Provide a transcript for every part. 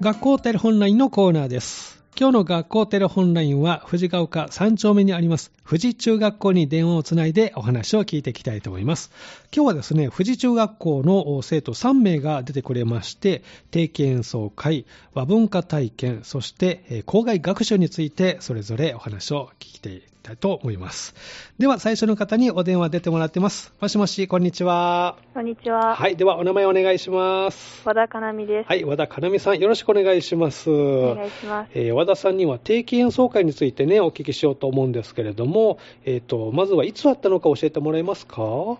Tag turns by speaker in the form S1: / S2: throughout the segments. S1: 学校テレホンラインのコーナーです。今日の学校テレホンラインは、藤ヶ丘3丁目にあります、富士中学校に電話をつないでお話を聞いていきたいと思います。今日はですね、富士中学校の生徒3名が出てくれまして、定期演奏会、和文化体験、そしてえー校外学習について、それぞれお話を聞いていきたいと思います。では、最初の方にお電話出てもらってます。もしもし、こんにちは。
S2: こんにちは。
S1: はい、ではお名前お願いします。
S2: 和田かなみです。
S1: はい、和田かなみさん、よろしくお願いします。
S2: お願いします。
S1: えー和田さんには定期演奏会についてね、お聞きしようと思うんですけれども、えっ、と、まずはいつあったのか教えてもらえますかは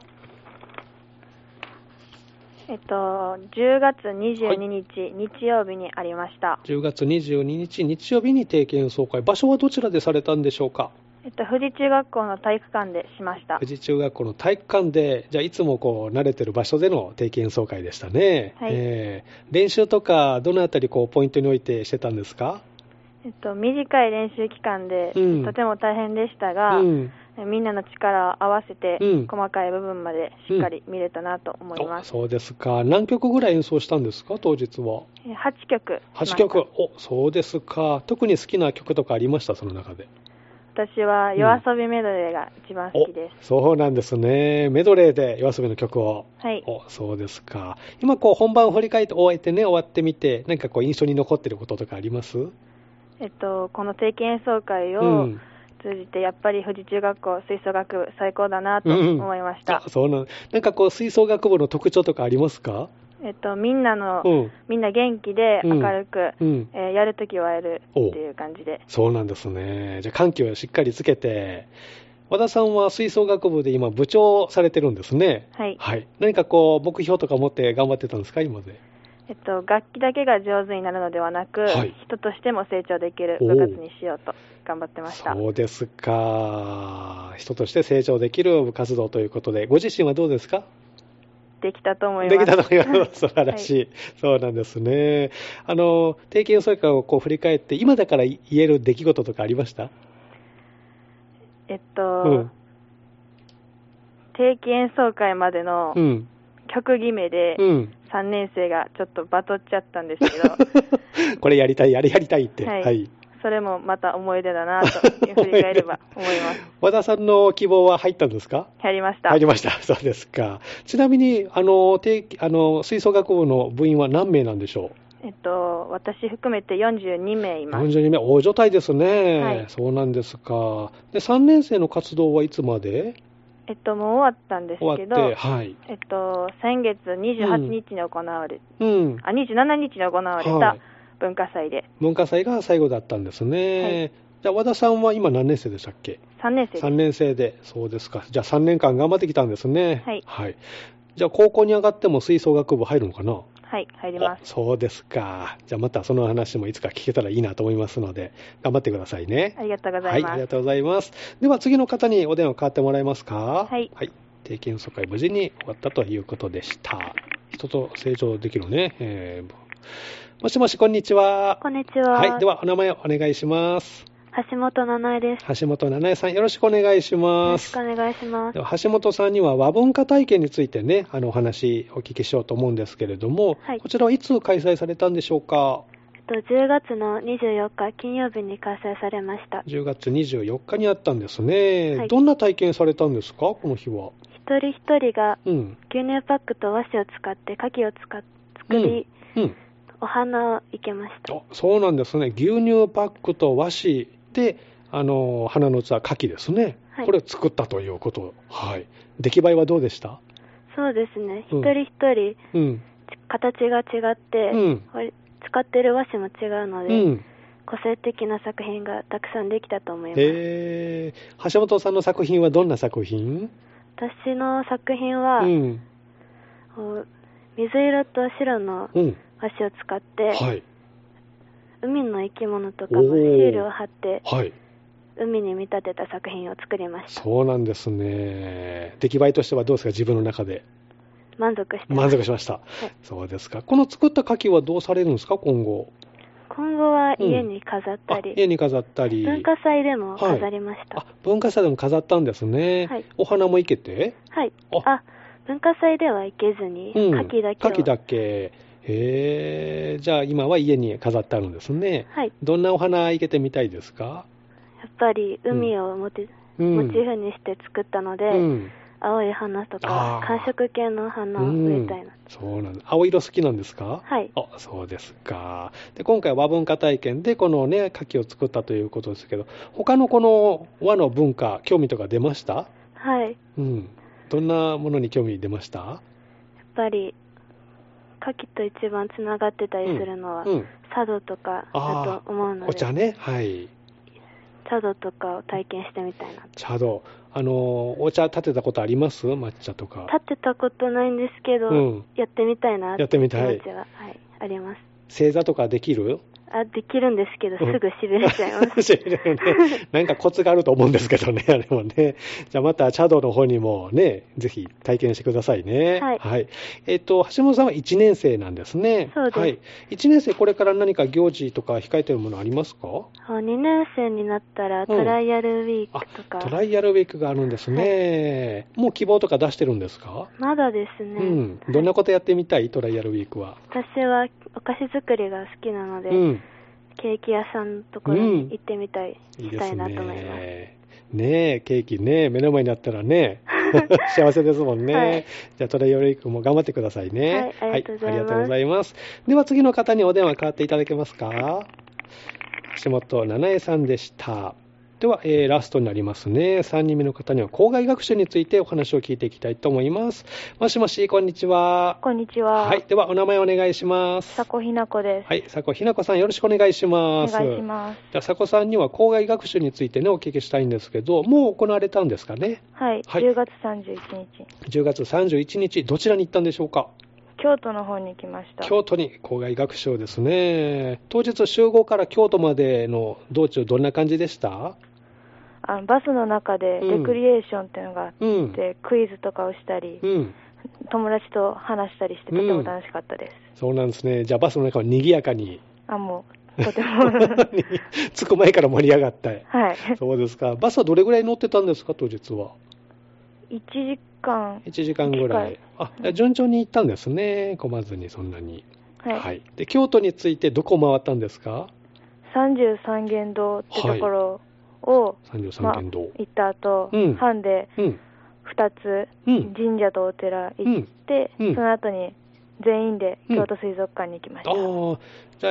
S2: えっと、10月22日、日曜日にありました。
S1: ?10 月22日日曜日に定期演奏会、場所はどちらでされたんでしょうか
S2: えっと、富士中学校の体育館でしました。
S1: 富士中学校の体育館で、じゃあいつもこう慣れてる場所での定期演奏会でしたね。
S2: はい
S1: えー練習とか、どのあたりこうポイントにおいてしてたんですか
S2: えっと、短い練習期間で、
S1: うん
S2: とても大変でした
S1: う
S2: が、
S1: ん。
S2: みんなの力を合わせて、
S1: うん
S2: 細かい部分までしっかり見れたなと思います。
S1: おそうですか。何曲ぐらい演奏したんですか、当日は。
S2: え8曲しました。
S1: 8曲。お、そうですか。特に好きな曲とかありました、その中で。
S2: 私は夜遊びメドレーが一番好きです。
S1: お、そうなんですね。メドレーで夜遊びの曲を。
S2: はい。
S1: お、そうですか。今こう本番を振り返って終えてね、終わってみて、何かこう印象に残ってることとかあります
S2: えっと、この定期演奏会を、
S1: うん
S2: 通じてやっぱり富士中学校吹奏楽部最高だなと思いました、
S1: あそうなん。なんかこう吹奏楽部の特徴とかありますか
S2: えっと、みんなの、
S1: うん。
S2: みんな元気で
S1: う
S2: 明
S1: ん
S2: るく、
S1: うん。
S2: えーやるときはやるっていう感じで
S1: そうなんですね。じゃあ緩急をしっかりつけて、和田さんは吹奏楽部で今部長をされてるんですね。
S2: はい、
S1: はい。何かこう、目標とか持って頑張ってたんですか、今で。
S2: えっと、楽器だけが上手になるのではなく、
S1: はい
S2: 人としても成長できる
S1: おう
S2: 部活にしようと頑張ってました
S1: そうですか。人として成長できる部活動ということで、ご自身はどうですか
S2: できたと思います
S1: できたと思いま す。素晴らしい,、
S2: は
S1: そうなんですね。あの、定期演奏会をこう振り返って、今だから言える出来事とかありました
S2: えっ
S1: う
S2: と、
S1: ん。
S2: 定期演奏会までの
S1: うん。
S2: 曲決めで
S1: うん。
S2: 3年生がちょっとバトっちゃったんですけど
S1: これやりたい、あれやりたいって。
S2: はい
S1: はい
S2: それもまた思い出だなと振り返れば思います
S1: 和田さんの希望は入ったんですか
S2: やりました
S1: 入りました。 そうですか。ちなみに、あの、定期あの、吹奏楽部の部員は何名なんでしょ
S2: えっと、私含めて42名いうます。
S1: ?42 名、大所帯ですね、
S2: はい
S1: そうなんですか。で、3年生の活動はいつまで
S2: えっと、もう終わったんです
S1: 終
S2: け
S1: わって、
S2: ど、
S1: はい。
S2: えっと、先月28日に行われ、
S1: うん。
S2: あ、27日に行われ
S1: は
S2: た
S1: い
S2: 文化祭で、
S1: 文化祭が最後だったんですね。
S2: は
S1: じゃあ、和田さんは今何年生でしたっけ
S2: 3年生
S1: ?3
S2: です。
S1: 年生で。そうですか。じゃあ、3年間頑張ってきたんですね。
S2: はい
S1: じゃあ、高校に上がっても吹奏楽部入るのかな
S2: はい、入ります
S1: あ。そうですか。じゃあまたその話もいつか聞けたらいいなと思いますので、頑張ってくださいね。
S2: ありがとうござ
S1: はいい、あ
S2: ま
S1: り
S2: す。
S1: がとうございます。では次の方にお電話変わってもらえますか。
S2: はい
S1: 定期演奏会無事に終わったということでした。人と成長できるね。えーもしもし、こんにちは。
S2: こんにちは
S1: はい、ではお名前をお願いします。
S2: 橋本七恵で
S1: 橋本七重さん、よろしくお願いします。
S2: お願いしま。
S1: では橋本さんには和文化体験についてね、あのお話お聞きしようと思うんですけれども、
S3: はい
S1: こちらはいつ開催されたんでしょうか。
S3: えっと10月の24日金曜日に開催されました一
S1: 10月24日にあったんですね、
S3: はい
S1: どんな体験されたんですか、この日は。
S3: 人一人が
S1: うん、
S3: 牛乳パックと和紙を使って牡蠣を使っ作り、
S1: うん、
S3: お花を生けました
S1: あそうなんですね、牛乳パックと和紙で、あの花の器、牡蠣ですね、
S3: はい
S1: これを作ったということ、はい、出来栄えはどうでした、
S3: そうですね
S1: うん
S3: 一人一人
S1: うん、
S3: ち形が違って、
S1: うん
S3: これ使ってる和紙も違うの
S1: う
S3: で、
S1: ん、
S3: 個性的な作品がたくさんできたと思います、
S1: えー、橋本さんの作品はどんな作品
S3: 私の作品は、
S1: うん、
S3: こう水色と白の
S1: うん、
S3: 和紙を使って、
S1: はい、
S3: 海の生き物とか
S1: お
S3: のシ
S1: ー
S3: ールを貼って
S1: はい、
S3: 海に見立てた作品を作りました
S1: そうなんですね、出来栄えとしてはどうですか、自分の中で。
S3: 満足してま
S1: 満
S3: す
S1: 足しました、そうですかこの作った牡蠣はどうされるんですか今後
S3: 今後は家に飾った
S1: あ
S3: り、
S1: 家に飾ったり
S3: 文化祭でも飾りました
S1: あ。文化祭でも飾ったんですね、
S3: はい
S1: お花も生けて
S3: はい。
S1: あ
S3: あ、文化祭では行けずに、牡蠣だけを。
S1: 牡蠣だけ、えへえ、じゃあ今は家に飾ってあるんですね。
S3: はい。
S1: どんなお花いけてみたいですか
S3: やっぱり海をモチ,、
S1: うん
S3: モチーフにして作ったので、
S1: うん。
S3: 青い花とか
S1: あー
S3: 寒色系の花を植えたいな、
S1: うんそうなんです。青色好きなんですか
S3: はい
S1: あ、そうですか。で、今回和文化体験でこのね、牡蠣を作ったということですけど、他のこの和の文化、興味とか出ました
S3: はいやっ
S1: うん。どんなものに興味出ました
S3: ぱり牡蠣と一番つながってたりするのは、
S1: うん。
S3: 茶道とかだと思うの
S1: お
S3: で
S1: 茶ね。はい。
S3: 茶道とかを体験してみたいな
S1: 茶道。あの、お茶立てたことあります抹茶とか。
S3: 立ってたことないんですけど、
S1: うん
S3: やってみたいな
S1: やってみたい
S3: 気持ちは、はい、あります
S1: 正座とかできる
S3: あできるんですけどす
S1: うん
S3: ぐ しびれちゃいます、
S1: しびれる ね。なんかコツがあると思うんですけどね、あ れもね。じゃあまた茶道の方にもね、ぜひ体験してくださいね。
S3: はい
S1: えっ、と、橋本さんは1年生なんですね。
S3: そうです
S1: はい。1年生、これから何か行事とか控えてるものありますか
S3: 2年生になったら
S1: ん
S3: トライアルウィー
S1: あ
S3: クとか、
S1: トライアルウィークがあるんですね。もう希望とか出してるんですか、
S3: まだですね、
S1: うん。どんなことやってみたいトライアルウィークは。
S3: 私はお菓子作りが好きなので、
S1: うん。
S3: ケーキ屋さんのところに行ってみたい、
S1: いい
S3: し
S1: で
S3: た
S1: す
S3: いなと思います
S1: ね。ねえ、ケーキね、目の前にあったらね、幸せですもんね。
S3: はい
S1: じゃあ、トレイオリークも頑張ってくださいね。
S3: はいありがとうございます
S1: ありがとうございます。では、次の方にお電話変わっていただけますか。橋本七重さんでした。では、えーラストになりますね。3人目の方には、校外学習についてお話を聞いていきたいと思います。もしもし、こんにちは。
S2: こんにちは。
S1: はい。では、お名前お願いします。
S2: 佐古ひな子です。
S1: はい。佐古ひなこさん、よろしくお願いし
S2: お
S1: ます。
S2: 願いします。
S1: じゃあ、佐古さんには校外学習についてね、お聞きしたいんですけど、もう行われたんですかね。
S2: はい、
S1: はい
S2: 10月31日、
S1: 10月31日、どちらに行ったんでしょうか。
S2: 京都の方に来ました。
S1: 京都に校外学習ですね。当日集合から京都までの道中、どんな感じでした
S2: あバスの中で
S1: うん
S2: レクリエーションっていうのがあって、
S1: うん。
S2: クイズとかをしたり、
S1: うん。
S2: 友達と話したりして、とても楽しかったです。
S1: そうなんですね。じゃあ、バスの中は賑やかに。
S2: あ、もう、とて も、
S1: 着く前から盛り上がった。
S2: はい。
S1: そうですか。バスはどれぐらい乗ってたんですか、当日は。
S2: 1時間、
S1: 1時間ぐらい
S2: 一時。
S1: あ、じゃあ順調に行ったんですね。混まずに、そんなに。
S2: はい、
S1: で、京都についてどこ回ったんですか
S2: 33元堂ってところを、ま
S1: 33
S2: あ
S1: 軒道、
S2: 行った後、
S1: うん
S2: 班で
S1: うん
S2: 2つ、
S1: うん
S2: 神社とお寺行って、
S1: うんうん
S2: その後に全員で京都水族館に行きま
S1: あ
S2: した。
S1: あ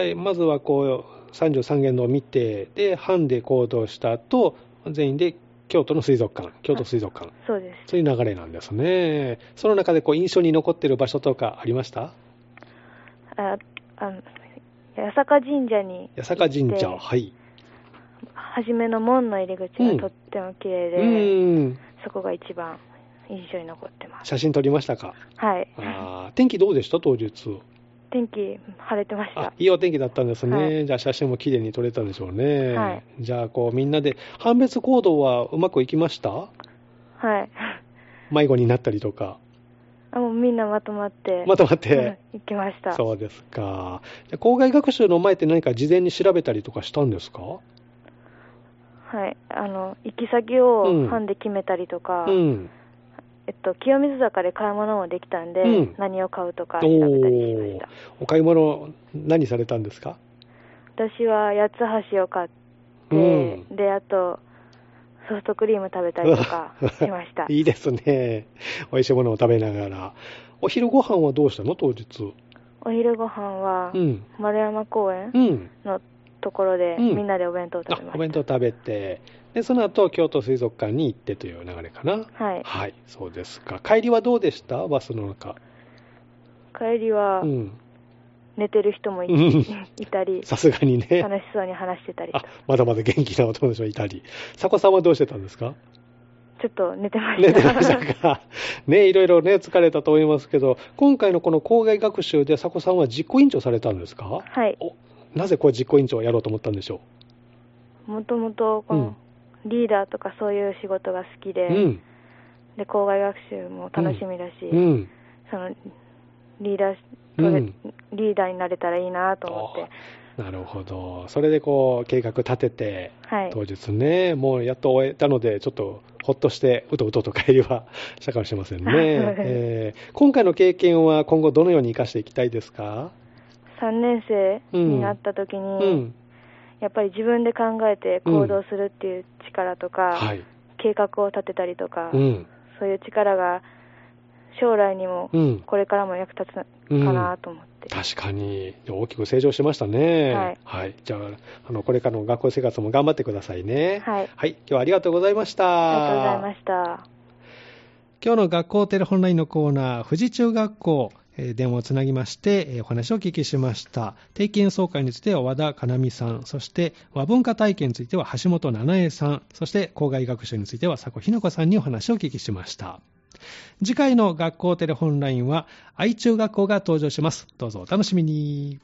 S1: じゃあまずはこう33軒のを見てで班で行動した後全員で京都の水族館京都水族館
S2: そうです。
S1: そういう流れなんですねその中でこう印象に残ってる場所とかありました
S2: ああの八坂神社に
S1: 八坂神社
S2: 行って
S1: はい
S2: 初めの門の入り口がとっても綺麗
S1: う
S2: で、
S1: ーん
S2: そこが一番印象に残ってます。
S1: 写真撮りましたか
S2: はい。
S1: あー天気どうでした当日
S2: 天気晴れてまし
S1: あ
S2: た。
S1: いいお天気だったんですね、
S2: はい
S1: じゃあ写真も綺麗に撮れたでしょうね、
S2: はい
S1: じゃあこうみんなで判別行動はうまくいきました
S2: はい。
S1: 迷子になったりとか、
S2: あもうみんなまとまって、
S1: まとまっ
S2: うん
S1: て、
S2: 行き ました。
S1: そうですか、じゃあ校外学習の前って何か事前に調べたりとかしたんですか
S2: はい。あの行き先
S1: うん
S2: を班で決めたりとか、
S1: うん、
S2: えっと清水坂で買い物もできたんで、
S1: うん
S2: 何を買うと
S1: お
S2: か調べたりしま
S1: ー
S2: し
S1: お買い物、何されたんですか、
S2: た。私は八つ橋を買って、
S1: うん
S2: であとソフトクリーム食べたり
S1: 。
S2: とかしました
S1: いいですね、美味しいものを食べながら、お昼ご飯はどうしたの、当日。
S2: お昼ご飯は
S1: うん、
S2: 丸山公園
S1: うん
S2: のところで、
S1: うん
S2: みんなでお弁当を食べ
S1: あ
S2: ました。
S1: お弁当食べてで、その後京都水族館に行ってという流れかな。
S2: はい。
S1: はい、そうですか。帰りはどうでしたバスの中。
S2: 帰りは
S1: うん。
S2: 寝てる人 もい,、
S1: うん
S2: たり、
S1: さすがにね。
S2: 楽しそうに話してたりと
S1: あ、まだまだ元気なお友達もいたり。佐古さんはどうしてたんですか
S2: ちょっと寝てま
S1: 寝
S2: した。
S1: てましたかね、いろいろね、疲れたと思いますけど、今回のこの校外学習で佐古さんは実行委員長されたんですか
S2: はい。
S1: お、なぜこう実行委員長をやろうと思ったんでしょ
S2: もともとこの、リーダーとかそういう仕事が好き
S1: う、
S2: で、で校外学習も楽しみだし、
S1: うん。うん。
S2: そのリーダープロ
S1: う
S2: ジェ
S1: ん。
S2: リーダーになれたらいいなと思って、
S1: なるほど。それでこう、計画立てて、
S2: はい。
S1: 当日ね、もうやっと終えたので、ちょっとほっとして、うとうとと帰りはしたかもしれませんね、
S2: はい
S1: えー今回の経験は今後、どのように生かしていきたいですか、
S2: 3年生になった時に、
S1: うん。
S2: やっぱり自分で考えて行動するっていう力とか、
S1: はい。
S2: 計画を立てたりとか、
S1: うん。
S2: そういう力が将来にも、
S1: うん
S2: これからも役立つかなと思って、
S1: 確かに、大きく成長しましたね。
S2: はい
S1: はい。じゃあ、あの、これからの学校生活も頑張ってくださいね。
S2: はい
S1: はい。今日はありがとうございました。
S2: ありがとうございました。
S1: 今日の学校テレホンラインのコーナー、富士中学校、えー電話をつなぎまして、えーお話をお聞きしました。定期演奏会については和田かなみさん、そして和文化体験については橋本七恵さん、そして校外学習については佐古ひな子さんにお話をお聞きしました。次回の学校テレホンラインは愛中学校が登場します。どうぞお楽しみに。